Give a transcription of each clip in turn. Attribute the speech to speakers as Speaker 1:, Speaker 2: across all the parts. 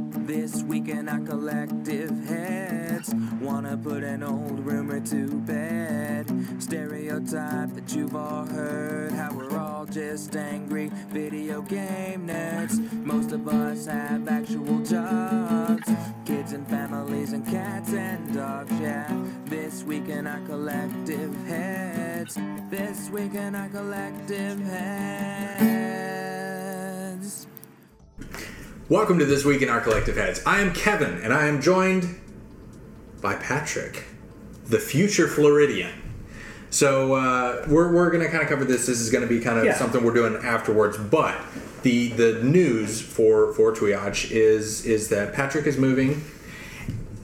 Speaker 1: This week in our collective heads, wanna put an old rumor to bed. Stereotype that you've all heard, how we're all just angry video game nerds. Most of us have actual jobs, kids and families and cats and dogs, yeah. This week in our collective heads, this week in our collective heads.
Speaker 2: Welcome to This Week in Our Collective Heads. I am Kevin, and I am joined by Patrick, the future Floridian. So uh, we're, we're going to kind of cover this. This is going to be kind of
Speaker 3: Yeah.
Speaker 2: something we're doing afterwards. But the the news for for Twiatch is is that Patrick is moving,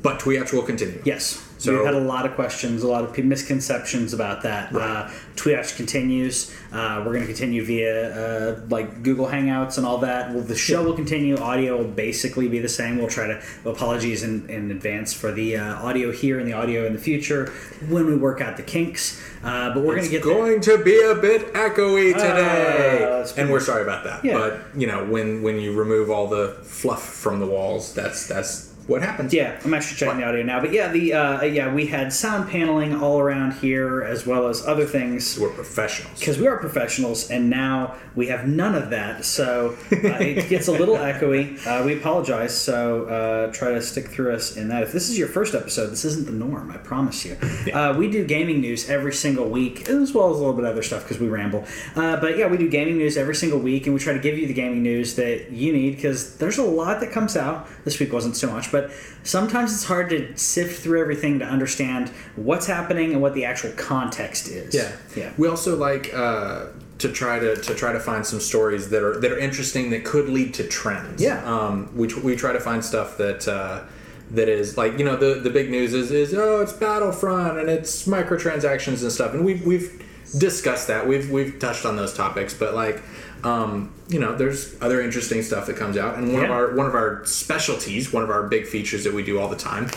Speaker 2: but Twiatch will continue.
Speaker 3: Yes.
Speaker 2: So-
Speaker 3: So we've had a lot of questions, a lot of pe- misconceptions about that. Uh, Twitch continues. Uh, we're going to continue via uh, like Google Hangouts and all that. Well, the show will continue. Audio will basically be the same. We'll try to apologies in, in advance for the uh, audio here and the audio in the future when we work out the kinks. Uh, but we're going to get
Speaker 2: It's
Speaker 3: there. Uh,
Speaker 2: going to be a bit echoey today,
Speaker 3: that's
Speaker 2: and we're sorry about that.
Speaker 3: Yeah.
Speaker 2: But you know, when when you remove all the fluff from the walls, that's that's what happens.
Speaker 3: Yeah, I'm actually checking the audio now. But yeah, the uh, yeah we had sound paneling all around here as well as other things.
Speaker 2: we're professionals.
Speaker 3: because we are professionals and now we have none of that so uh, it gets a little echoey uh, we apologize so uh, try to stick through us in that if this is your first episode this isn't the norm i promise you uh, we do gaming news every single week as well as a little bit of other stuff because we ramble uh, but yeah we do gaming news every single week and we try to give you the gaming news that you need because there's a lot that comes out this week wasn't so much but sometimes it's hard to sift through everything to understand what's happening and what the actual context is
Speaker 2: Yeah,
Speaker 3: yeah
Speaker 2: We also like uh, to try to to try to find some stories that are that are interesting that could lead to trends.
Speaker 3: Yeah.
Speaker 2: Um, we, tr- we try to find stuff that. Uh, that is like you know the the big news is is oh it's Battlefront and it's microtransactions and stuff and we've we've discussed that we've we've touched on those topics but like um, you know there's other interesting stuff that comes out and one of
Speaker 3: Yeah.
Speaker 2: our one of our specialties one of our big features that we do all the time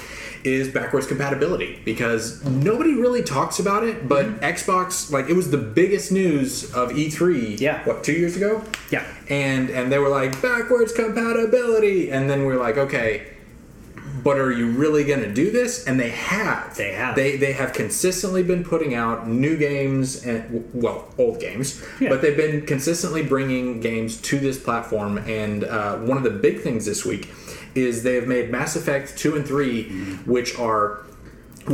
Speaker 2: is backwards compatibility because nobody really talks about it but
Speaker 3: Mm-hmm.
Speaker 2: Xbox like it was the biggest news of E3
Speaker 3: Yeah.
Speaker 2: what two years ago
Speaker 3: yeah
Speaker 2: and and they were like backwards compatibility and then we're like okay but are you really going to do this and they have
Speaker 3: They have.
Speaker 2: they they have consistently been putting out new games and well old games
Speaker 3: Yeah.
Speaker 2: but they've been consistently bringing games to this platform and uh, one of the big things this week is they have made mass effect 2 and 3
Speaker 3: Mm-hmm.
Speaker 2: which are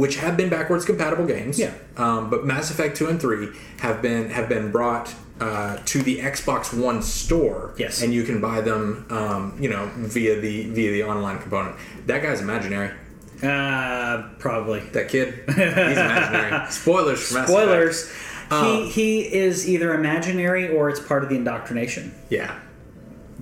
Speaker 2: which have been backwards compatible games.
Speaker 3: Yeah.
Speaker 2: Um, but Mass Effect two and three have been have been brought uh, to the Xbox One store.
Speaker 3: Yes.
Speaker 2: And you can buy them, um, you know, via the via the online component. That guy's imaginary.
Speaker 3: Uh, probably.
Speaker 2: That kid, he's imaginary. Spoilers for Mass Effect.
Speaker 3: Spoilers.
Speaker 2: Uh,
Speaker 3: he he is either imaginary or it's part of the indoctrination,
Speaker 2: Yeah.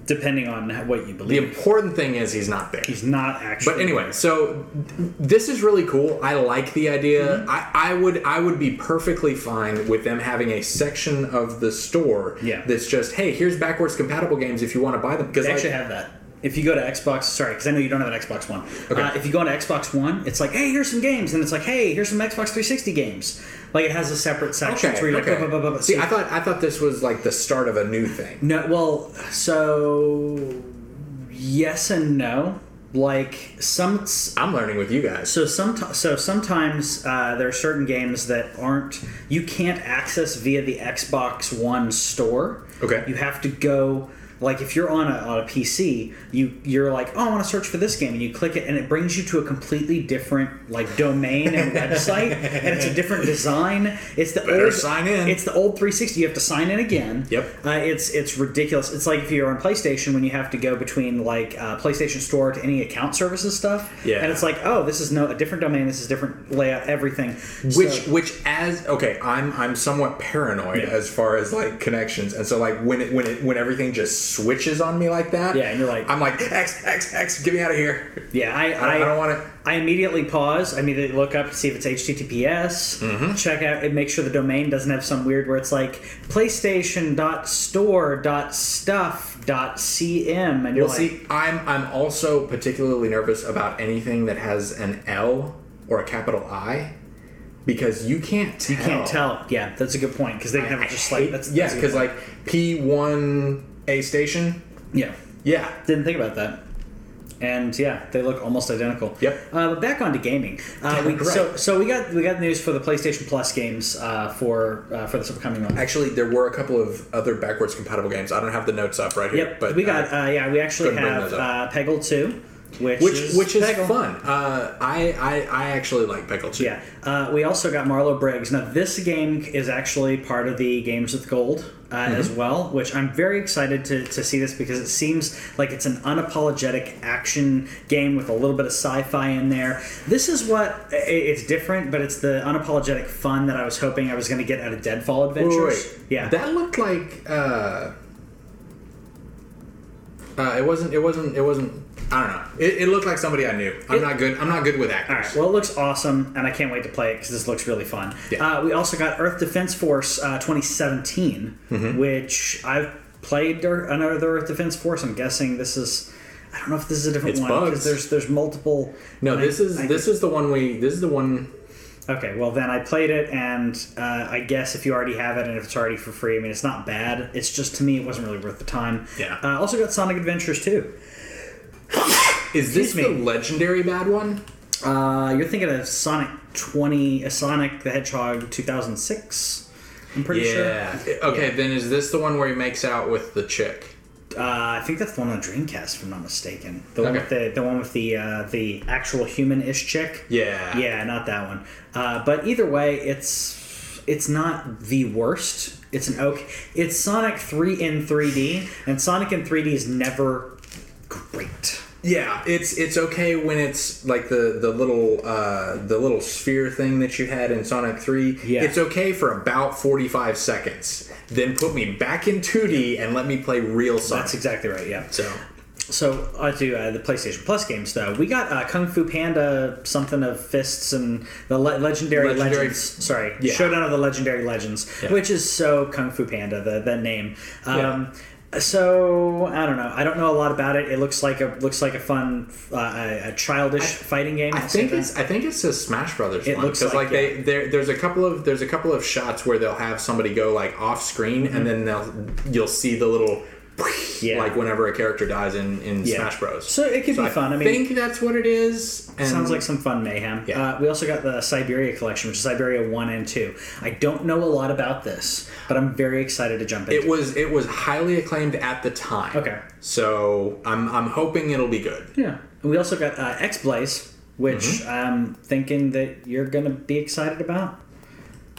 Speaker 3: depending on how- what you
Speaker 2: The
Speaker 3: believe.
Speaker 2: important thing is he's not there.
Speaker 3: He's not actually.
Speaker 2: But anyway, so th- this is really cool. I like the idea.
Speaker 3: Mm-hmm.
Speaker 2: I, I would I would be perfectly fine with them having a section of the store
Speaker 3: Yeah.
Speaker 2: that's just hey, here's backwards compatible games if you want to buy them because
Speaker 3: they
Speaker 2: like,
Speaker 3: actually have that. If you go to Xbox, sorry, because I know you don't have an Xbox One.
Speaker 2: Okay.
Speaker 3: Uh, if you go into Xbox One, it's like, hey, here's some games, and it's like, hey, here's some Xbox 360 games. Like it has a separate section
Speaker 2: okay,
Speaker 3: where you're like,
Speaker 2: okay.
Speaker 3: "Buh, buh, buh, buh."
Speaker 2: see, I thought I thought this was like the start of a new thing.
Speaker 3: No, well, so yes and no. Like some
Speaker 2: I'm learning with you guys.
Speaker 3: So some so sometimes uh, there are certain games that aren't you can't access via the Xbox One store.
Speaker 2: Okay.
Speaker 3: You have to go like if you're on a, on a PC, you you're like, "Oh, I want to search for this game." And you click it and it brings you to a completely different like domain and website and it's a different design. It's the
Speaker 2: Better
Speaker 3: old
Speaker 2: sign in.
Speaker 3: It's the old 360. You have to sign in again.
Speaker 2: Yep.
Speaker 3: Uh, it's it's ridiculous. It's like if you're on PlayStation when you have to go between like uh, PlayStation Store to any account services stuff.
Speaker 2: Yeah.
Speaker 3: And it's like, oh, this is no a different domain. This is different layout. Everything.
Speaker 2: which
Speaker 3: So-
Speaker 2: which as okay i'm i'm somewhat paranoid
Speaker 3: Yeah.
Speaker 2: as far as like connections and so like when it when it when everything just switches on me like that
Speaker 3: Yeah, and you're like-
Speaker 2: i'm like x x x get me out of here
Speaker 3: yeah,
Speaker 2: i,
Speaker 3: I I,
Speaker 2: I don't want to
Speaker 3: I immediately pause. I immediately look up to see if it's HTTPS.
Speaker 2: Mm-hmm.
Speaker 3: Check out and make sure the domain doesn't have some weird where it's like PlayStation.store.stuff.cm, and you're
Speaker 2: Well,
Speaker 3: like,
Speaker 2: see, I'm I'm also particularly nervous about anything that has an L or a capital I, because you can't tell.
Speaker 3: you can't tell. Yeah, that's a good point because they have it just like that's
Speaker 2: yeah,
Speaker 3: that's a good
Speaker 2: because
Speaker 3: point.
Speaker 2: like P one A station,
Speaker 3: yeah,
Speaker 2: yeah,
Speaker 3: didn't think about that. and yeah, they look almost identical.
Speaker 2: Yep.
Speaker 3: Uh, but back onto gaming. Uh, we,
Speaker 2: Right.
Speaker 3: So so we got we got news for the PlayStation Plus games uh, for uh, for this upcoming one.
Speaker 2: Actually, there were a couple of other backwards compatible games. I don't have the notes up right here,
Speaker 3: Yep.
Speaker 2: but
Speaker 3: we
Speaker 2: uh,
Speaker 3: got uh, yeah. We actually
Speaker 2: couldn't bring
Speaker 3: have
Speaker 2: those
Speaker 3: uh,
Speaker 2: up.
Speaker 3: Peggle Two, which
Speaker 2: which
Speaker 3: is
Speaker 2: which is
Speaker 3: Peggle.
Speaker 2: fun. Uh, I, I I actually like Pickle Chip.
Speaker 3: Yeah. Uh, we also got Marlo Briggs. Now, this game is actually part of the Games with Gold uh,
Speaker 2: Mm-hmm.
Speaker 3: as well, which I'm very excited to, to see this because it seems like it's an unapologetic action game with a little bit of sci fi in there. This is what i- it's different, but it's the unapologetic fun that I was hoping I was going to get out of Deadfall
Speaker 2: Wait,
Speaker 3: Adventures.
Speaker 2: wait, wait.
Speaker 3: Yeah.
Speaker 2: that looked like uh, uh, it wasn't. It wasn't. It wasn't. I don't know. It, it looked like somebody I knew. I'm
Speaker 3: It-
Speaker 2: not good. I'm not good with
Speaker 3: All
Speaker 2: actors.
Speaker 3: right. Well, it looks awesome, and I can't wait to play it because this looks really fun.
Speaker 2: Yeah.
Speaker 3: Uh, we also got Earth Defense Force uh, 2017,
Speaker 2: Mm-hmm.
Speaker 3: which I've played or- another Earth Defense Force. I'm guessing this is. I don't know if this is a different
Speaker 2: It's
Speaker 3: one
Speaker 2: bugs.
Speaker 3: there's there's multiple.
Speaker 2: no,
Speaker 3: I-
Speaker 2: this is
Speaker 3: I-
Speaker 2: this is the one we. This is the one.
Speaker 3: Okay, well then I played it, and uh, I guess if you already have it and if it's already for free, I mean it's not bad. It's just to me it wasn't really worth the time.
Speaker 2: Yeah.
Speaker 3: Uh, also got Sonic Adventures too.
Speaker 2: Is this
Speaker 3: Excuse
Speaker 2: the legendary bad one?
Speaker 3: Uh, you're thinking of Sonic 20, uh, Sonic the Hedgehog 2006. I'm pretty sure.
Speaker 2: Okay, then is this the one where he makes out with the chick?
Speaker 3: Uh, I think that's the one on Dreamcast, if I'm not mistaken. The one
Speaker 2: Okay.
Speaker 3: with the the one with the uh, the actual human-ish chick.
Speaker 2: Yeah.
Speaker 3: Yeah, not that one. Uh, but either way, it's it's not the worst. It's an okay. It's Sonic three in 3D, and Sonic in 3D is never great.
Speaker 2: Yeah, it's it's okay when it's like the the little uh, the little sphere thing that you had in Sonic Three.
Speaker 3: Yeah.
Speaker 2: it's okay for about forty five seconds. Then put me back in two D and let me play real Sonic.
Speaker 3: That's exactly right. Yeah.
Speaker 2: so
Speaker 3: So uh, to uh, the PlayStation Plus games, though, we got uh, Kung Fu Panda, something of fists, and the le- legendary,
Speaker 2: Legendary-
Speaker 3: legends. Sorry,
Speaker 2: Yeah.
Speaker 3: Showdown of the Legendary Legends,
Speaker 2: Yeah.
Speaker 3: which is so Kung Fu Panda, the the name. Um, So I don't know. I don't know a lot about it. It looks like a looks like a fun, uh, a- a childish fighting game.
Speaker 2: I
Speaker 3: I'll say
Speaker 2: think
Speaker 3: that.
Speaker 2: it's I think it's a Smash Brothers
Speaker 3: It
Speaker 2: one
Speaker 3: looks
Speaker 2: because like,
Speaker 3: like,
Speaker 2: they there there's a couple of there's a couple of shots where they'll have somebody go like off screen and then they'll you'll see the little
Speaker 3: Mm-hmm. Yeah.
Speaker 2: like whenever a character dies in in
Speaker 3: Yeah.
Speaker 2: Smash Bros.
Speaker 3: So it could be fun. I mean-
Speaker 2: think that's what it is. And
Speaker 3: Sounds like some fun mayhem.
Speaker 2: Yeah.
Speaker 3: Uh, we also got the Siberia collection, which is Siberia one and two. I don't know a lot about this, but I'm very excited to jump into
Speaker 2: It was it was highly acclaimed at the time.
Speaker 3: Okay.
Speaker 2: So I'm I'm hoping it'll be good.
Speaker 3: Yeah. And we also got uh, X Blaze, which
Speaker 2: Mm-hmm.
Speaker 3: I'm thinking that you're going to be excited about.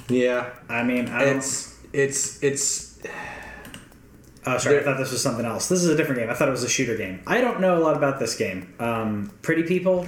Speaker 2: Yeah.
Speaker 3: I mean, I don't.
Speaker 2: It's it's it's
Speaker 3: oh, sorry. I thought this was something else. This is a different game. I thought it was a shooter game. I don't know a lot about this game. Um, Pretty People.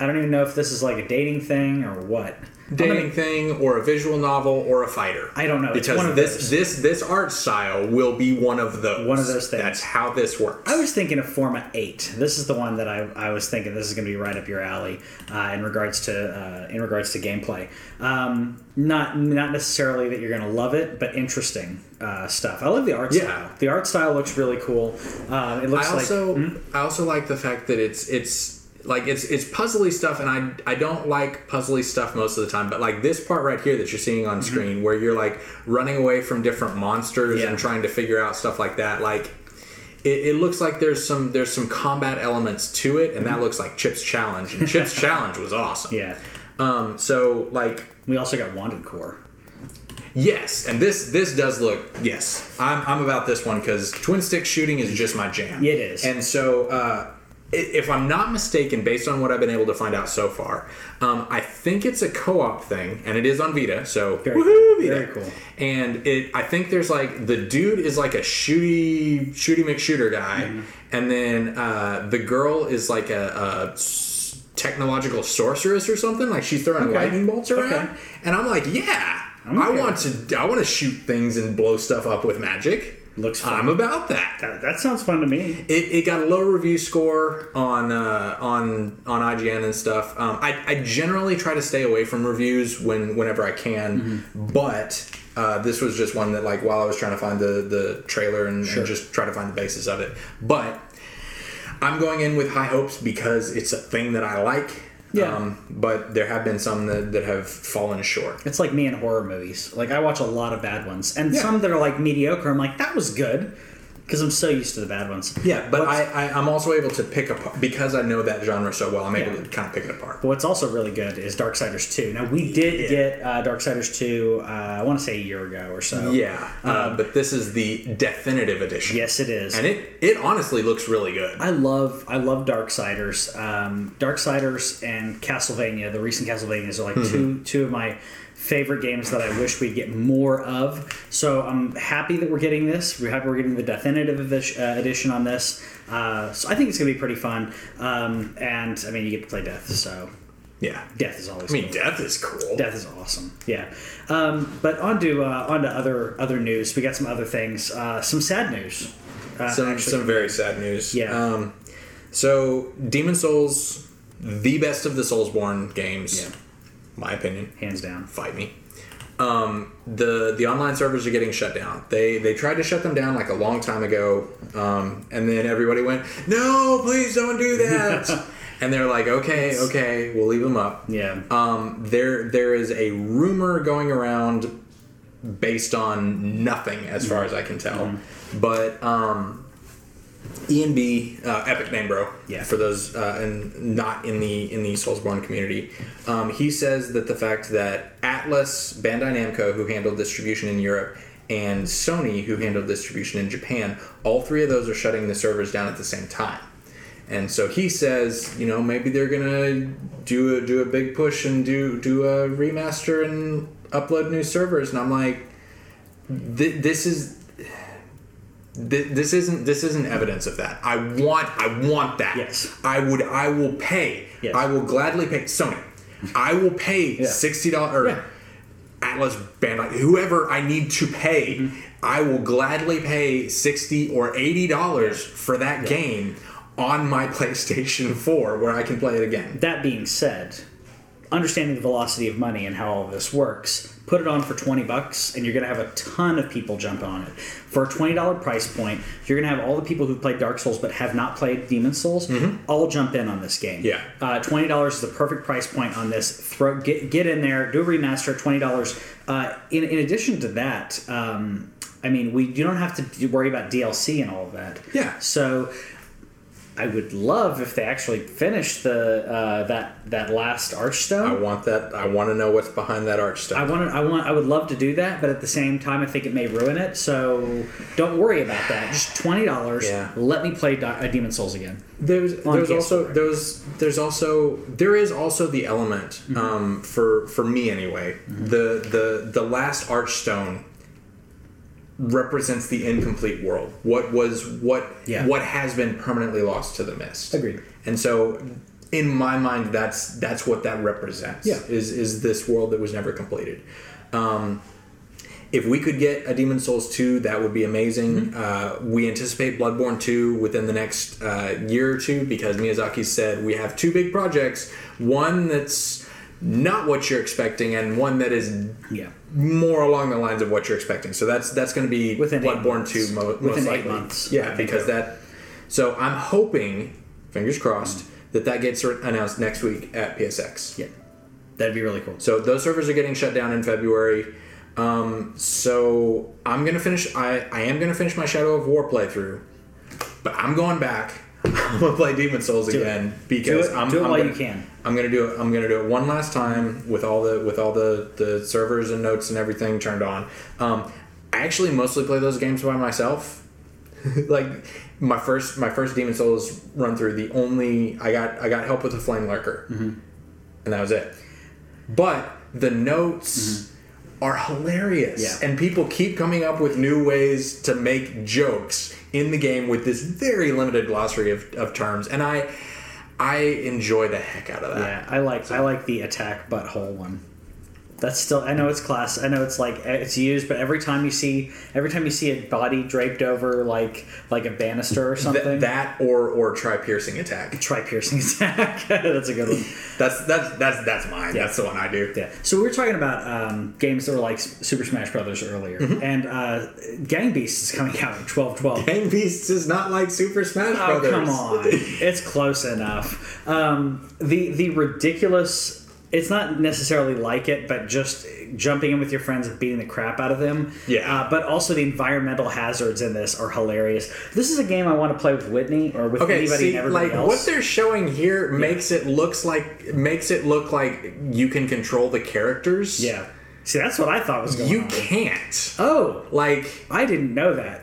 Speaker 3: I don't even know if this is like a dating thing or what. I'm gonna-
Speaker 2: dating thing or a visual novel or a fighter.
Speaker 3: I don't know. It's
Speaker 2: Because
Speaker 3: one of
Speaker 2: this
Speaker 3: those.
Speaker 2: this this art style will be one of those.
Speaker 3: One of those things.
Speaker 2: That's how this works.
Speaker 3: I was thinking of Forma 8. This is the one that I, I was thinking this is going to be right up your alley uh, in regards to uh, in regards to gameplay. Um, not not necessarily that you're going to love it, but interesting uh, stuff. I love the art
Speaker 2: Yeah.
Speaker 3: style. The art style looks really cool. Uh, it looks
Speaker 2: I
Speaker 3: like
Speaker 2: also I also like the fact that it's it's like it's it's puzzly stuff and I I don't like puzzly stuff most of the time but like this part right here that you're seeing
Speaker 3: Mm-hmm.
Speaker 2: on screen where you're like running away from different monsters
Speaker 3: Yeah.
Speaker 2: and trying to figure out stuff like that like it, it looks like there's some there's some combat elements to it and that looks like Chip's challenge and Chip's challenge was awesome
Speaker 3: Mm-hmm. yeah.
Speaker 2: um so like
Speaker 3: We also got Wanted Core.
Speaker 2: yes and this this does look yes I'm I'm about this one because twin stick shooting is just my jam
Speaker 3: It is.
Speaker 2: and so, uh, i- if I'm not mistaken, based on what I've been able to find out so far, um, I think it's a co-op thing, and it is on Vita. So,
Speaker 3: Very
Speaker 2: woohoo,
Speaker 3: cool.
Speaker 2: Vita.
Speaker 3: Very cool.
Speaker 2: And it, I think there's like the dude is like a shooty, shooty McShooter guy,
Speaker 3: Mm-hmm.
Speaker 2: and then uh, the girl is like a. a s- technological sorceress or something like she's throwing lightning bolts around
Speaker 3: Okay.
Speaker 2: and i'm like yeah i
Speaker 3: okay
Speaker 2: want to i want to shoot things and blow stuff up with magic
Speaker 3: Looks fun.
Speaker 2: i'm about that
Speaker 3: That, that sounds fun to me.
Speaker 2: it, it got a low review score on uh, on on IGN and stuff. Um, I, I generally try to stay away from reviews when whenever I can,
Speaker 3: Mm-hmm.
Speaker 2: but uh, this was just one that like while I was trying to find the the trailer and, and just try to find the basis of it. But I'm going in with high hopes because it's a thing that I like. Um,
Speaker 3: Yeah.
Speaker 2: but there have been some that, that have fallen short.
Speaker 3: It's like me and horror movies. Like I watch a lot of bad ones, and
Speaker 2: Yeah.
Speaker 3: some that are like mediocre. I'm like, that was good. because I'm so used to the bad ones.
Speaker 2: Yeah, but
Speaker 3: What's-
Speaker 2: I, I, I'm also able to pick apart because I know that genre so well. I'm able
Speaker 3: Yeah.
Speaker 2: to kind of pick it apart.
Speaker 3: But what's also really good is Darksiders 2. Now, we did
Speaker 2: Yeah.
Speaker 3: get uh, Darksiders 2, uh, I want to say a year ago or so.
Speaker 2: Yeah, uh, but this is the definitive edition.
Speaker 3: Um, Yes, it is.
Speaker 2: and it it honestly looks really good.
Speaker 3: I love I love Darksiders. Um, Darksiders and Castlevania, the recent Castlevanias are like
Speaker 2: Mm-hmm.
Speaker 3: two two of my favorite games that I wish we'd get more of. So I'm happy that we're getting this. We're happy we're getting the definitive edi- uh, edition on this. Uh, so I think it's gonna be pretty fun. Um, and I mean, you get to play Death, so
Speaker 2: Yeah,
Speaker 3: Death is always.
Speaker 2: I mean, death is cool.
Speaker 3: Death is awesome. Yeah. Um, but on to uh, on to other other news. We got some other things. Uh, some sad news. Uh,
Speaker 2: some
Speaker 3: actually.
Speaker 2: some very sad news.
Speaker 3: Yeah.
Speaker 2: Um, so Demon Souls, the best of the Soulsborne games,
Speaker 3: Yeah.
Speaker 2: my opinion.
Speaker 3: hands down.
Speaker 2: Fight me. Um, the the online servers are getting shut down. They they tried to shut them down like a long time ago, um, and then everybody went, "No, please don't do that." and they're like, "Okay, okay, we'll leave them up."
Speaker 3: Yeah.
Speaker 2: Um, there there is a rumor going around based on nothing as far as I can tell. But um, ENB, uh, Epic Name Bro,
Speaker 3: Yeah.
Speaker 2: for those uh, and not in the in the Soulsborne community, um, he says that the fact that Atlas, Bandai Namco, who handled distribution in Europe, and Sony, who handled distribution in Japan, all three of those are shutting the servers down at the same time. And so he says, you know, maybe they're gonna do a do a big push and do do a remaster and upload new servers. And I'm like, th- this is th- this isn't this isn't evidence of that. I want I want that.
Speaker 3: Yes.
Speaker 2: I would I will pay.
Speaker 3: Yes.
Speaker 2: I will gladly pay Sony. I will pay
Speaker 3: Yeah.
Speaker 2: sixty dollars.
Speaker 3: Yeah.
Speaker 2: Atlas Bandai, whoever I need to pay,
Speaker 3: Mm-hmm.
Speaker 2: I will gladly pay sixty or eighty dollars for that game on my PlayStation Four, where I can play it again.
Speaker 3: That being said, understanding the velocity of money and how all this works, put it on for 20 bucks and you're going to have a ton of people jump on it. For a $20 price point, you're going to have all the people who played Dark Souls but have not played Demon Souls all jump in on this game.
Speaker 2: Mm-hmm. Yeah.
Speaker 3: Uh, $20 is the perfect price point on this. Throw get, get in there, do a remaster, $20. Uh, in, in addition to that, um, I mean, we you don't have to d- worry about DLC and all of that.
Speaker 2: Yeah.
Speaker 3: So I would love if they actually finished the uh, that that last
Speaker 2: I
Speaker 3: archstone.
Speaker 2: want that. I want to know what's behind that art
Speaker 3: I
Speaker 2: stuff.
Speaker 3: want I want I would love to do that, but at the same time, I think it may ruin it. So don't worry about that. Just twenty dollars.
Speaker 2: Yeah.
Speaker 3: Let me play Di- uh, Demon Souls again.
Speaker 2: There's
Speaker 3: on
Speaker 2: there's
Speaker 3: PS4.
Speaker 2: also there's there's also there is also the element
Speaker 3: Mm-hmm.
Speaker 2: um, for for me anyway. The the the last archstone represents the incomplete world. What was what
Speaker 3: Yeah.
Speaker 2: what has been permanently lost to the mist.
Speaker 3: Agreed.
Speaker 2: And so in my mind that's that's what that represents.
Speaker 3: Yeah.
Speaker 2: Is is this world that was never completed. Um, If we could get a Demon Souls 2, that would be amazing. Uh, we anticipate Bloodborne 2 within the next uh, year or two because Miyazaki said we have two big projects one that's not what you're expecting, and one that is
Speaker 3: Yeah.
Speaker 2: more along the lines of what you're expecting. So that's that's going to be
Speaker 3: Within eight
Speaker 2: Bloodborne
Speaker 3: months.
Speaker 2: 2 mo- most
Speaker 3: Within eight
Speaker 2: likely.
Speaker 3: months, I
Speaker 2: Yeah,
Speaker 3: think
Speaker 2: because
Speaker 3: so.
Speaker 2: that. So I'm hoping, fingers crossed, that that gets re- announced next week at PSX.
Speaker 3: Mm-hmm. Yeah. That'd be really cool.
Speaker 2: So those servers are getting shut down in February. Um, so I'm gonna finish. I, I am gonna finish my Shadow of War playthrough, but I'm going back. I'm gonna play Demon Souls again because
Speaker 3: Do it-
Speaker 2: I'm,
Speaker 3: do it
Speaker 2: I'm
Speaker 3: while
Speaker 2: gonna,
Speaker 3: you can.
Speaker 2: I'm gonna do it. I'm gonna do it one last time with all the with all the the servers and notes and everything turned on. Um, I actually mostly play those games by myself like my first my first Demon Souls run through, the only I got I got help with a flame lurker, and that was it. But the notes are hilarious,
Speaker 3: Mm-hmm. Yeah.
Speaker 2: and people keep coming up with new ways to make jokes in the game with this very limited glossary of, of terms, and I I enjoy the heck out of that.
Speaker 3: Yeah, I like I like the attack butthole one. That's still I know it's class. I know it's like eh, it's used, but every time you see every time you see a body draped over like like a banister or
Speaker 2: Th-
Speaker 3: something,
Speaker 2: that or or try piercing attack.
Speaker 3: try piercing attack. That's a good one.
Speaker 2: That's that's that's that's mine. That's the one I do.
Speaker 3: Yeah. So we were talking about um, games that were like S- Super Smash Brothers earlier,
Speaker 2: Mm-hmm.
Speaker 3: and uh, Gang Beasts is coming out in twelve twelve.
Speaker 2: Hang Beasts is not like Super Smash
Speaker 3: Oh
Speaker 2: Brothers.
Speaker 3: come on, it's close enough. Um, the the ridiculous it's not necessarily like it, but just jumping in with your friends and beating the crap out of them.
Speaker 2: Yeah.
Speaker 3: Uh, but also the environmental hazards in this are hilarious. This is a game I want to play with Whitney or with
Speaker 2: Okay,
Speaker 3: anybody
Speaker 2: see,
Speaker 3: and everybody
Speaker 2: like
Speaker 3: else.
Speaker 2: what they're showing here makes it looks like makes it look like you can control the characters.
Speaker 3: yeah. See, that's what I thought was going
Speaker 2: you
Speaker 3: on.
Speaker 2: can't.
Speaker 3: Oh,
Speaker 2: Like
Speaker 3: I didn't know that.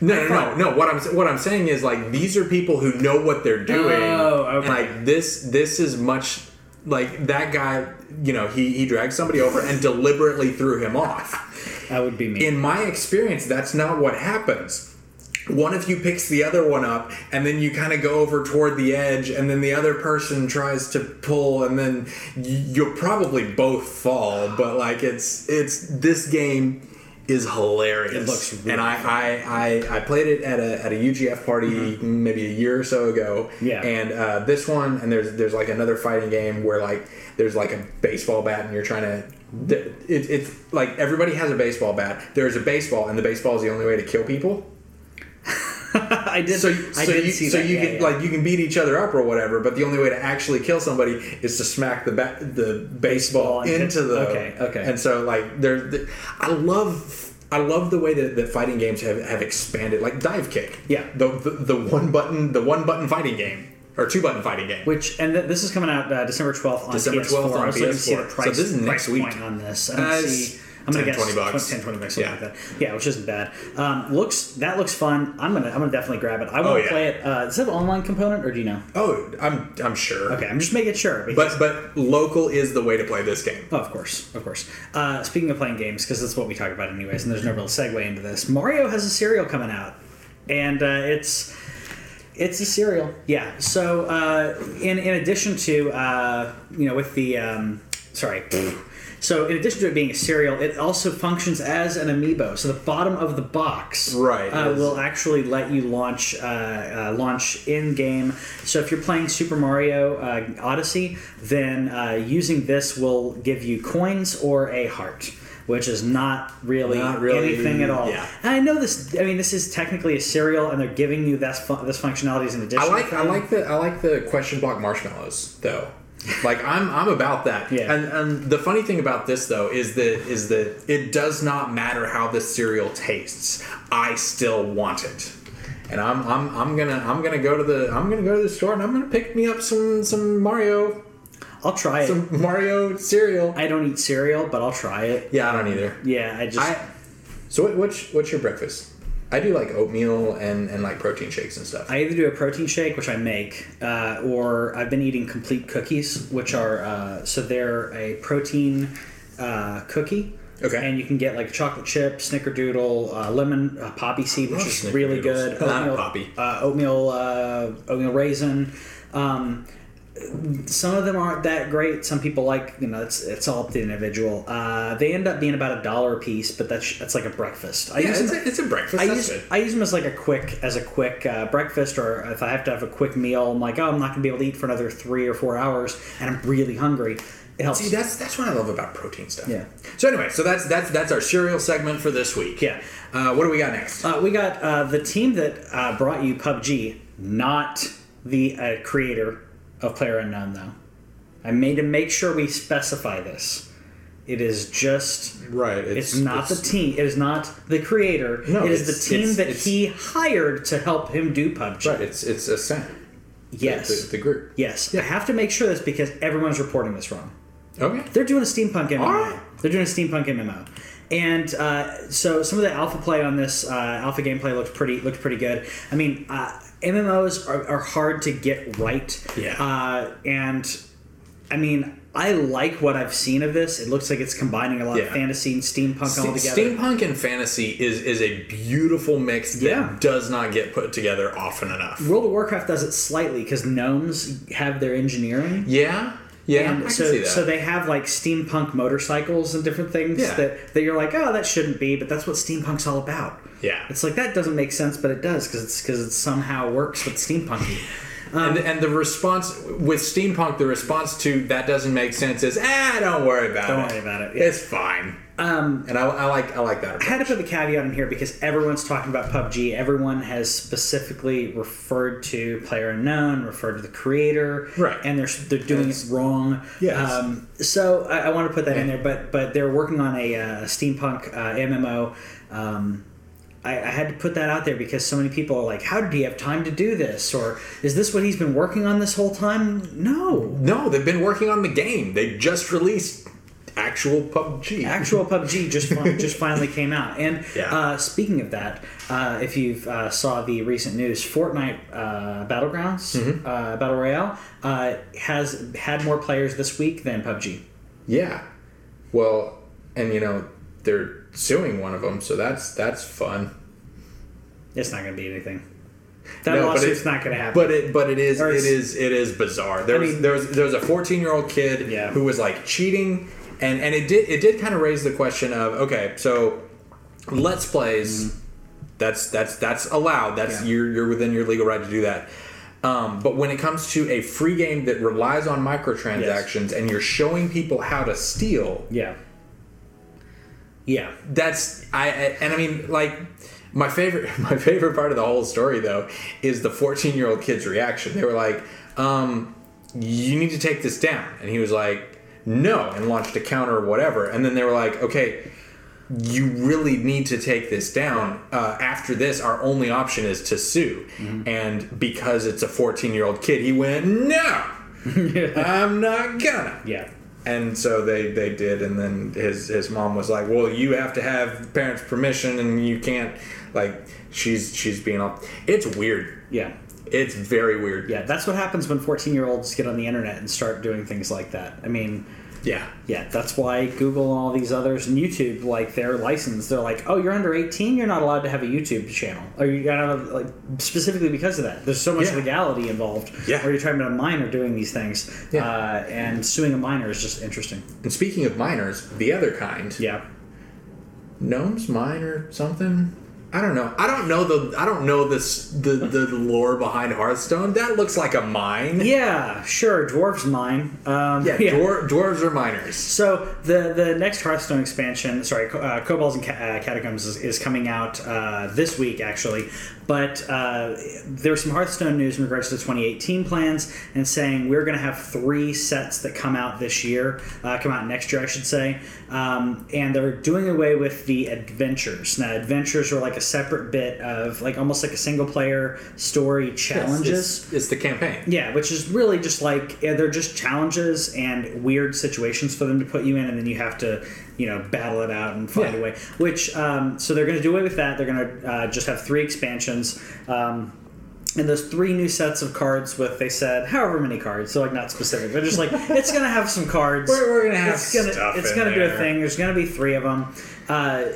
Speaker 2: no, no, no, no. What I'm what I'm saying is like these are people who know what they're doing.
Speaker 3: Oh, okay.
Speaker 2: And, like this, this is much like that guy. You know, he he dragged somebody over and deliberately threw him off.
Speaker 3: That would be me.
Speaker 2: in my experience, that's not what happens. One of you picks the other one up, and then you kind of go over toward the edge, and then the other person tries to pull, and then y- you'll probably both fall. But like, it's it's this game is hilarious.
Speaker 3: It looks really
Speaker 2: and I, I I I played it at a at a UGF party maybe a year or so ago.
Speaker 3: Yeah.
Speaker 2: and uh, this one, and there's there's like another fighting game where like there's like a baseball bat and you're trying to. th- It, it's like everybody has a baseball bat. There's a baseball, and the baseball is the only way to kill people.
Speaker 3: I did.
Speaker 2: So,
Speaker 3: I
Speaker 2: so
Speaker 3: did
Speaker 2: you,
Speaker 3: see
Speaker 2: so
Speaker 3: that.
Speaker 2: you
Speaker 3: yeah,
Speaker 2: can
Speaker 3: yeah.
Speaker 2: like you can beat each other up or whatever, but the only way to actually kill somebody is to smack the ba- the baseball
Speaker 3: Baseball and hit-
Speaker 2: into the
Speaker 3: okay, okay.
Speaker 2: And so like there, th- I love. I love the way that, that fighting games have, have expanded, like dive kick.
Speaker 3: Yeah.
Speaker 2: the, the the one button the one button fighting game or two button fighting game.
Speaker 3: Which and th- this is coming out uh, December twelfth on
Speaker 2: December
Speaker 3: PS4.
Speaker 2: 12th on
Speaker 3: I was looking to see the
Speaker 2: PS4. So
Speaker 3: price,
Speaker 2: this is next
Speaker 3: price
Speaker 2: week.
Speaker 3: point on this. I don't
Speaker 2: Uh, it's
Speaker 3: see. I'm gonna
Speaker 2: 10,
Speaker 3: guess
Speaker 2: 20 bucks.
Speaker 3: 10, 20 bucks, something
Speaker 2: Yeah.
Speaker 3: like that. Yeah, which isn't bad. Um, looks that looks fun. I'm gonna I'm gonna definitely grab it. I want to
Speaker 2: yeah.
Speaker 3: play it. Uh, does it have an online component or do you know?
Speaker 2: Oh, I'm I'm sure.
Speaker 3: Okay, I'm just making sure. because-
Speaker 2: But but local is the way to play this game.
Speaker 3: Oh, of course, of course. Uh, speaking of playing games, because that's what we talk about anyways, and there's no real segue into this. Mario has a cereal coming out, and uh, it's it's a cereal. Yeah. So uh, in in addition to uh, you know with the um, sorry. So, in addition to it being a cereal, it also functions as an amiibo. So, the bottom of the box
Speaker 2: Right,
Speaker 3: uh,
Speaker 2: yes.
Speaker 3: will actually let you launch uh, uh, launch in game. So if you're playing Super Mario uh, Odyssey, then uh, using this will give you coins or a heart, which is not really,
Speaker 2: Not really,
Speaker 3: anything at all.
Speaker 2: yeah.
Speaker 3: And I know this. I mean, this is technically a serial, and they're giving you this fu- this functionality as an addition.
Speaker 2: I like I like the I like the question block marshmallows though. Like I'm I'm about that.
Speaker 3: Yeah.
Speaker 2: And and the funny thing about this though is that is that it does not matter how the cereal tastes. I still want it. And I'm I'm I'm gonna I'm gonna go to the I'm gonna go to the store and I'm gonna pick me up some some Mario
Speaker 3: I'll try it.
Speaker 2: some Mario cereal.
Speaker 3: I don't eat cereal, but I'll try it.
Speaker 2: Yeah, I don't either.
Speaker 3: Yeah, I just
Speaker 2: I so what, what's what's your breakfast? I do like oatmeal and and like protein shakes and stuff.
Speaker 3: I either do a protein shake, which I make, uh, or I've been eating complete cookies, which are uh, so they're a protein uh, cookie.
Speaker 2: Okay.
Speaker 3: And you can get like chocolate chip, snickerdoodle, uh, lemon, uh, poppy seed, which
Speaker 2: love
Speaker 3: is really
Speaker 2: snickerdoodles.
Speaker 3: good.
Speaker 2: Not poppy.
Speaker 3: Uh, oatmeal, uh, oatmeal raisin. Um, some of them aren't that great. Some people like you know it's it's all up to the individual. Uh, they end up being about a dollar a piece, but that's that's like a breakfast. I
Speaker 2: yeah,
Speaker 3: use
Speaker 2: it's
Speaker 3: them-
Speaker 2: a, it's a breakfast.
Speaker 3: I
Speaker 2: That's
Speaker 3: use
Speaker 2: good.
Speaker 3: I use them as like a quick as a quick uh, breakfast, or if I have to have a quick meal, I'm like, oh, I'm not gonna be able to eat for another three or four hours, and I'm really hungry. It helps.
Speaker 2: See, that's that's what I love about protein stuff.
Speaker 3: Yeah.
Speaker 2: So anyway, so that's that's that's our cereal segment for this week.
Speaker 3: Yeah.
Speaker 2: Uh, what do we got next?
Speaker 3: uh, we got uh, the team that uh, brought you PUBG, not the uh, creator of Player Unknown, though. I made to make sure we specify this. It is just
Speaker 2: right.
Speaker 3: It's not the team. It is not the creator.
Speaker 2: No,
Speaker 3: it is
Speaker 2: it's-
Speaker 3: the team
Speaker 2: it's-
Speaker 3: that
Speaker 2: it's-
Speaker 3: he hired to help him do PUBG.
Speaker 2: Right. It's it's a scent.
Speaker 3: Yes.
Speaker 2: The, the group.
Speaker 3: Yes, I have to make sure this because everyone's reporting this wrong.
Speaker 2: Okay.
Speaker 3: They're doing a steampunk MMO.
Speaker 2: Alright.
Speaker 3: They're doing a steampunk MMO, and uh, so some of the alpha play on this uh, alpha gameplay looked pretty looked pretty good. I mean, uh, MMOs are, are hard to get right.
Speaker 2: Yeah.
Speaker 3: uh, and I mean, I like what I've seen of this. It looks like it's combining a lot of
Speaker 2: Yeah.
Speaker 3: fantasy and steampunk all together.
Speaker 2: Steampunk and fantasy is is a beautiful mix that
Speaker 3: Yeah.
Speaker 2: does not get put together often enough.
Speaker 3: World of Warcraft does it slightly because gnomes have their engineering.
Speaker 2: Yeah. Yeah. I
Speaker 3: And
Speaker 2: can
Speaker 3: so,
Speaker 2: see that.
Speaker 3: so they have like steampunk motorcycles and different things
Speaker 2: Yeah.
Speaker 3: that, that you're like, oh, that shouldn't be, but that's what steampunk's all about.
Speaker 2: Yeah.
Speaker 3: it's like that doesn't make sense, but it does because it's because it somehow works with steampunky.
Speaker 2: and,
Speaker 3: um,
Speaker 2: and the response with steampunk, the response to that doesn't make sense is ah, don't worry about
Speaker 3: Don't
Speaker 2: it.
Speaker 3: worry about it, yeah. Um,
Speaker 2: It's fine. and I, I like I like that.
Speaker 3: I had to put the caveat in here because everyone's talking about PUBG. Everyone has specifically referred to player unknown, referred to the creator,
Speaker 2: Right.
Speaker 3: And they're they're doing it wrong.
Speaker 2: Yes.
Speaker 3: Um, so I, I want to put that in there, but but they're working on a uh, steampunk uh, MMO. Um, I, I had to put that out there because so many people are like, "How did he have time to do this?" Or "Is this what he's been working on this whole time?" No,
Speaker 2: No, they've been working on the game. They just released actual PUBG.
Speaker 3: actual PUBG just fin- just finally came out. And
Speaker 2: Yeah.
Speaker 3: uh, speaking of that, uh, if you have uh, saw the recent news, Fortnite uh, Battlegrounds
Speaker 2: Mm-hmm.
Speaker 3: uh, Battle Royale uh, has had more players this week than PUBG.
Speaker 2: yeah. Well, and you know they're suing one of them, so that's that's fun.
Speaker 3: It's not going to be anything. That
Speaker 2: No, but
Speaker 3: lawsuit's
Speaker 2: it-
Speaker 3: not going to happen.
Speaker 2: But it but it is
Speaker 3: Or
Speaker 2: it
Speaker 3: it's-
Speaker 2: is it is bizarre. There was
Speaker 3: mean-
Speaker 2: there was there was a 14 year old kid
Speaker 3: Yeah.
Speaker 2: who was like cheating, and and it did it did kind of raise the question of okay, so let's plays. That's that's that's allowed. That's
Speaker 3: Mm-hmm. Yeah.
Speaker 2: you're you're within your legal right to do that. Um, but when it comes to a free game that relies on microtransactions and you're showing people how to steal,
Speaker 3: yeah, yeah.
Speaker 2: that's I, I and I mean like my favorite my favorite part of the whole story though is the 14 year old kid's reaction. They were like, um, "You need to take this down," and he was like, "No," and launched a counter or whatever. And then they were like, "Okay." You really need to take this down. Uh, after this, our only option is to sue. And because it's a 14 year old kid, he went, No, I'm not gonna
Speaker 3: Yeah.
Speaker 2: and so they they did and then his his mom was like well you have to have parents permission and you can't like she's she's being all it's weird
Speaker 3: Yeah.
Speaker 2: it's very weird
Speaker 3: Yeah. That's what happens when 14 year olds get on the internet and start doing things like that. I mean,
Speaker 2: yeah
Speaker 3: yeah, that's why Google and all these others and YouTube, like their license, they're like, oh, you're under 18, you're not allowed to have a YouTube channel. Or you gotta, like, specifically because of that. There's so much
Speaker 2: Yeah.
Speaker 3: legality involved
Speaker 2: Yeah.
Speaker 3: where you're talking about a minor doing these things.
Speaker 2: Yeah.
Speaker 3: Uh, and suing a minor is just interesting.
Speaker 2: and speaking of minors the other kind
Speaker 3: Yeah.
Speaker 2: gnomes minor something i don't know i don't know the i don't know this the the lore behind hearthstone that looks like a mine
Speaker 3: Yeah, sure. Dwarf's mine. Um,
Speaker 2: yeah, Dwar- dwarves are miners
Speaker 3: So the the next Hearthstone expansion, sorry, Co- uh, Kobolds and Ca- uh, Catacombs is, is coming out uh, this week actually, but uh, there's some Hearthstone news in regards to the 2018 plans and saying we're going to have three sets that come out this year, uh, come out next year, I should say, um, and they're doing away with the adventures. Now adventures are like a separate bit of like almost like a single player story challenges.
Speaker 2: it's, it's the campaign
Speaker 3: Yeah, which is really just like yeah, they're just challenges and weird situations for them to put you in, and then you have to, you know, battle it out and find
Speaker 2: Yeah.
Speaker 3: a way. Which um, so they're going to do away with that. They're going to uh, just have three expansions. Um, and those three new sets of cards with they said however many cards so like not specific they're just like it's gonna have some cards
Speaker 2: We're- we're gonna have
Speaker 3: it's gonna
Speaker 2: stuff
Speaker 3: it's
Speaker 2: in
Speaker 3: gonna do
Speaker 2: there.
Speaker 3: a thing there's gonna be three of them uh,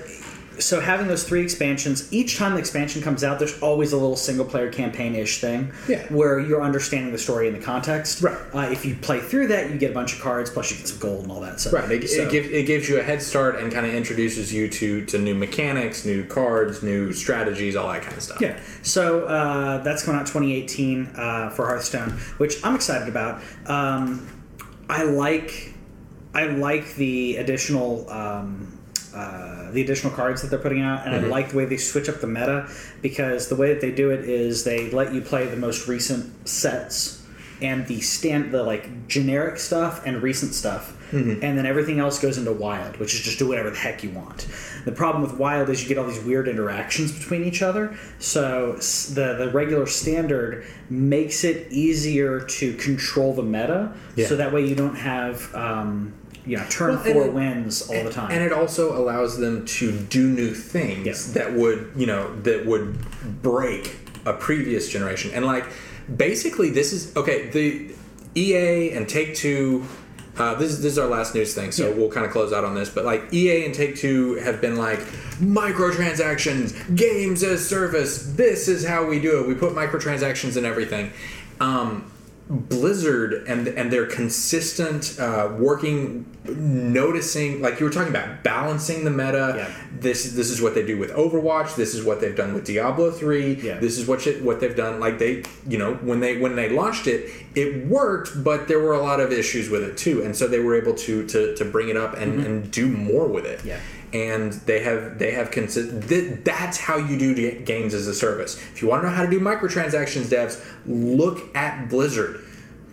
Speaker 3: so having those three expansions each time the expansion comes out there's always a little single player campaign-ish thing
Speaker 2: Yeah.
Speaker 3: where you're understanding the story and the context
Speaker 2: Right.
Speaker 3: uh, if you play through that you get a bunch of cards plus you get some gold and all that stuff
Speaker 2: Right. It,
Speaker 3: So-
Speaker 2: it, gives, it gives you a head start and kind of introduces you to, to new mechanics, new cards, new strategies, all that kind of stuff.
Speaker 3: Yeah. So uh, that's coming out 2018 uh, for Hearthstone, which I'm excited about. Um, I like, I like the additional. Um, uh, the additional cards that they're putting out, and I like the way they switch up the meta because the way that they do it is they let you play the most recent sets and the stand the like generic stuff and recent stuff and then everything else goes into wild which is just do whatever the heck you want the problem with wild is you get all these weird interactions between each other so s- the the regular standard makes it easier to control the meta
Speaker 2: Yeah.
Speaker 3: so that way you don't have um, you know turn
Speaker 2: Well, and
Speaker 3: four
Speaker 2: it-
Speaker 3: wins all the time
Speaker 2: And it also allows them to do new things
Speaker 3: Yeah.
Speaker 2: that would, you know, that would break a previous generation. And like, basically, this is okay. The EA and Take Two. Uh, this, is, this is our last news thing, so
Speaker 3: Yeah.
Speaker 2: we'll kind of close out on this. But like EA and Take Two have been like microtransactions, games as service. This is how we do it. We put microtransactions in everything. Um, Blizzard and and their consistent uh, working, noticing like you were talking about balancing the meta.
Speaker 3: Yeah.
Speaker 2: This this is what they do with Overwatch. This is what they've done with Diablo three.
Speaker 3: Yeah.
Speaker 2: This is what shit, what they've done. Like they you know when they when they launched it, it worked, but there were a lot of issues with it too, and so they were able to to, to bring it up and, and do more with it
Speaker 3: Mm-hmm. Yeah.
Speaker 2: and they have they have consist. Th- that's how you do ga- games as a service. If you want to know how to do microtransactions, devs, look at Blizzard.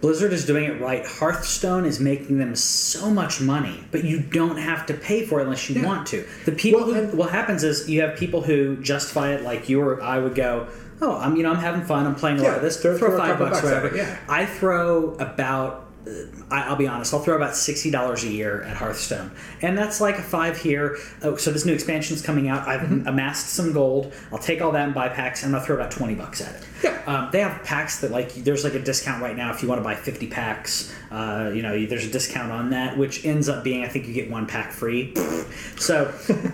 Speaker 3: Blizzard is doing it right. Hearthstone is making them so much money, but you don't have to pay for it unless you want to. The people
Speaker 2: Well,
Speaker 3: who
Speaker 2: and-
Speaker 3: what happens is you have people who justify it like you or I would go, "Oh, I'm you know I'm having fun. I'm playing a lot
Speaker 2: Yeah,
Speaker 3: of this.
Speaker 2: throw-
Speaker 3: Throw,
Speaker 2: throw a
Speaker 3: five
Speaker 2: couple
Speaker 3: bucks,
Speaker 2: bucks at
Speaker 3: whatever."
Speaker 2: it, yeah.
Speaker 3: I throw about. uh, I- I'll be honest. I'll throw about sixty dollars a year at Hearthstone, and that's like a five here. Oh, so this new expansion's coming out. I've
Speaker 2: Mm-hmm.
Speaker 3: amassed some gold. I'll take all that and buy packs, and I'll throw about twenty bucks at it.
Speaker 2: Yeah.
Speaker 3: Um, they have packs that like there's like a discount right now if you want to buy 50 packs. Uh, you know, there's a discount on that, which ends up being I think you get one pack free. so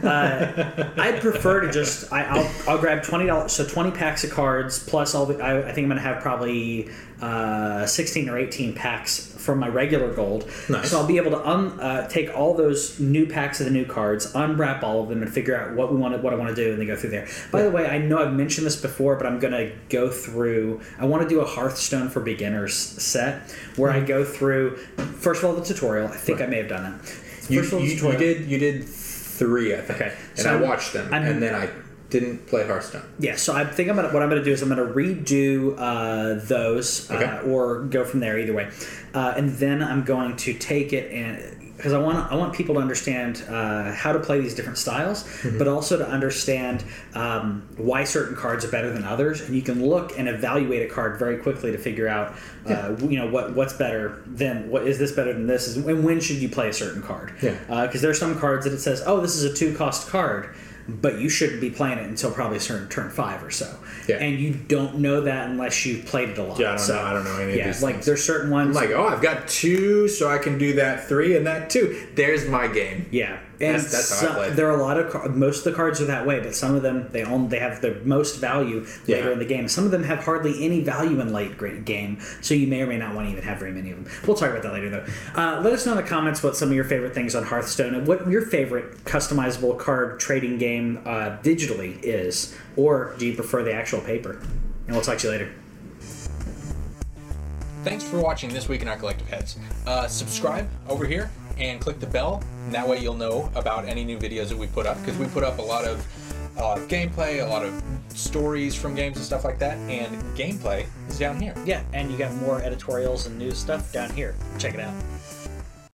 Speaker 3: uh, I prefer to just I, I'll, I'll grab twenty dollars so 20 packs of cards plus all the I, I think I'm gonna have probably uh, 16 or 18 packs from my regular gold.
Speaker 2: Nice.
Speaker 3: So I'll be able to un, uh, take all those new packs of the new cards, unwrap all of them, and figure out what we want, to, what I want to do, and then go through there. By the way, I know I've mentioned this before, but I'm gonna go through. I want to do a Hearthstone for beginners set where
Speaker 2: Mm-hmm.
Speaker 3: I go through. First of all, the tutorial. I think I may have done that.
Speaker 2: You,
Speaker 3: First of all,
Speaker 2: you,
Speaker 3: the
Speaker 2: you
Speaker 3: tutorial.
Speaker 2: did you did three, I think,
Speaker 3: Okay.
Speaker 2: and
Speaker 3: So
Speaker 2: I
Speaker 3: I'm-
Speaker 2: watched them,
Speaker 3: I'm-
Speaker 2: and then I didn't play Hearthstone.
Speaker 3: Yeah, so I think I'm gonna, what I'm going to do is I'm going to redo uh, those uh,
Speaker 2: Okay.
Speaker 3: or go from there either way, uh, and then I'm going to take it and because I want I want people to understand uh, how to play these different styles,
Speaker 2: Mm-hmm.
Speaker 3: but also to understand um, why certain cards are better than others, and you can look and evaluate a card very quickly to figure out uh, you know what what's better than what is this better than this, and when should you play a certain card?
Speaker 2: Yeah.
Speaker 3: because there are some cards that it says, oh, this is a two cost card, but you shouldn't be playing it until probably turn, turn five or so.
Speaker 2: Yeah.
Speaker 3: And you don't know that unless you've played it a lot.
Speaker 2: Yeah, I don't
Speaker 3: so,
Speaker 2: know- I don't know any of
Speaker 3: yeah,
Speaker 2: these
Speaker 3: Like
Speaker 2: things.
Speaker 3: there's certain ones.
Speaker 2: I'm like, oh, I've got two, so I can do that three and that two. There's my game.
Speaker 3: yeah, and
Speaker 2: That's- that's how I
Speaker 3: some-
Speaker 2: played.
Speaker 3: there are a lot of car- most of the cards are that way, but some of them they own they have the most value later
Speaker 2: Yeah.
Speaker 3: in the game. Some of them have hardly any value in late great game, so you may or may not want to even have very many of them. We'll talk about that later though. Uh, let us know in the comments what some of your favorite things on Hearthstone and what your favorite customizable card trading game uh, digitally is, or do you prefer the actual paper? And we'll talk to you later.
Speaker 2: Thanks for watching this week in our collective heads. Uh, subscribe over here and click the bell. And that way you'll know about any new videos that we put up because we put up a lot of uh, gameplay, a lot of stories from games and stuff like that. And gameplay is down here.
Speaker 3: Yeah, and you got more editorials and news stuff down here. Check it out.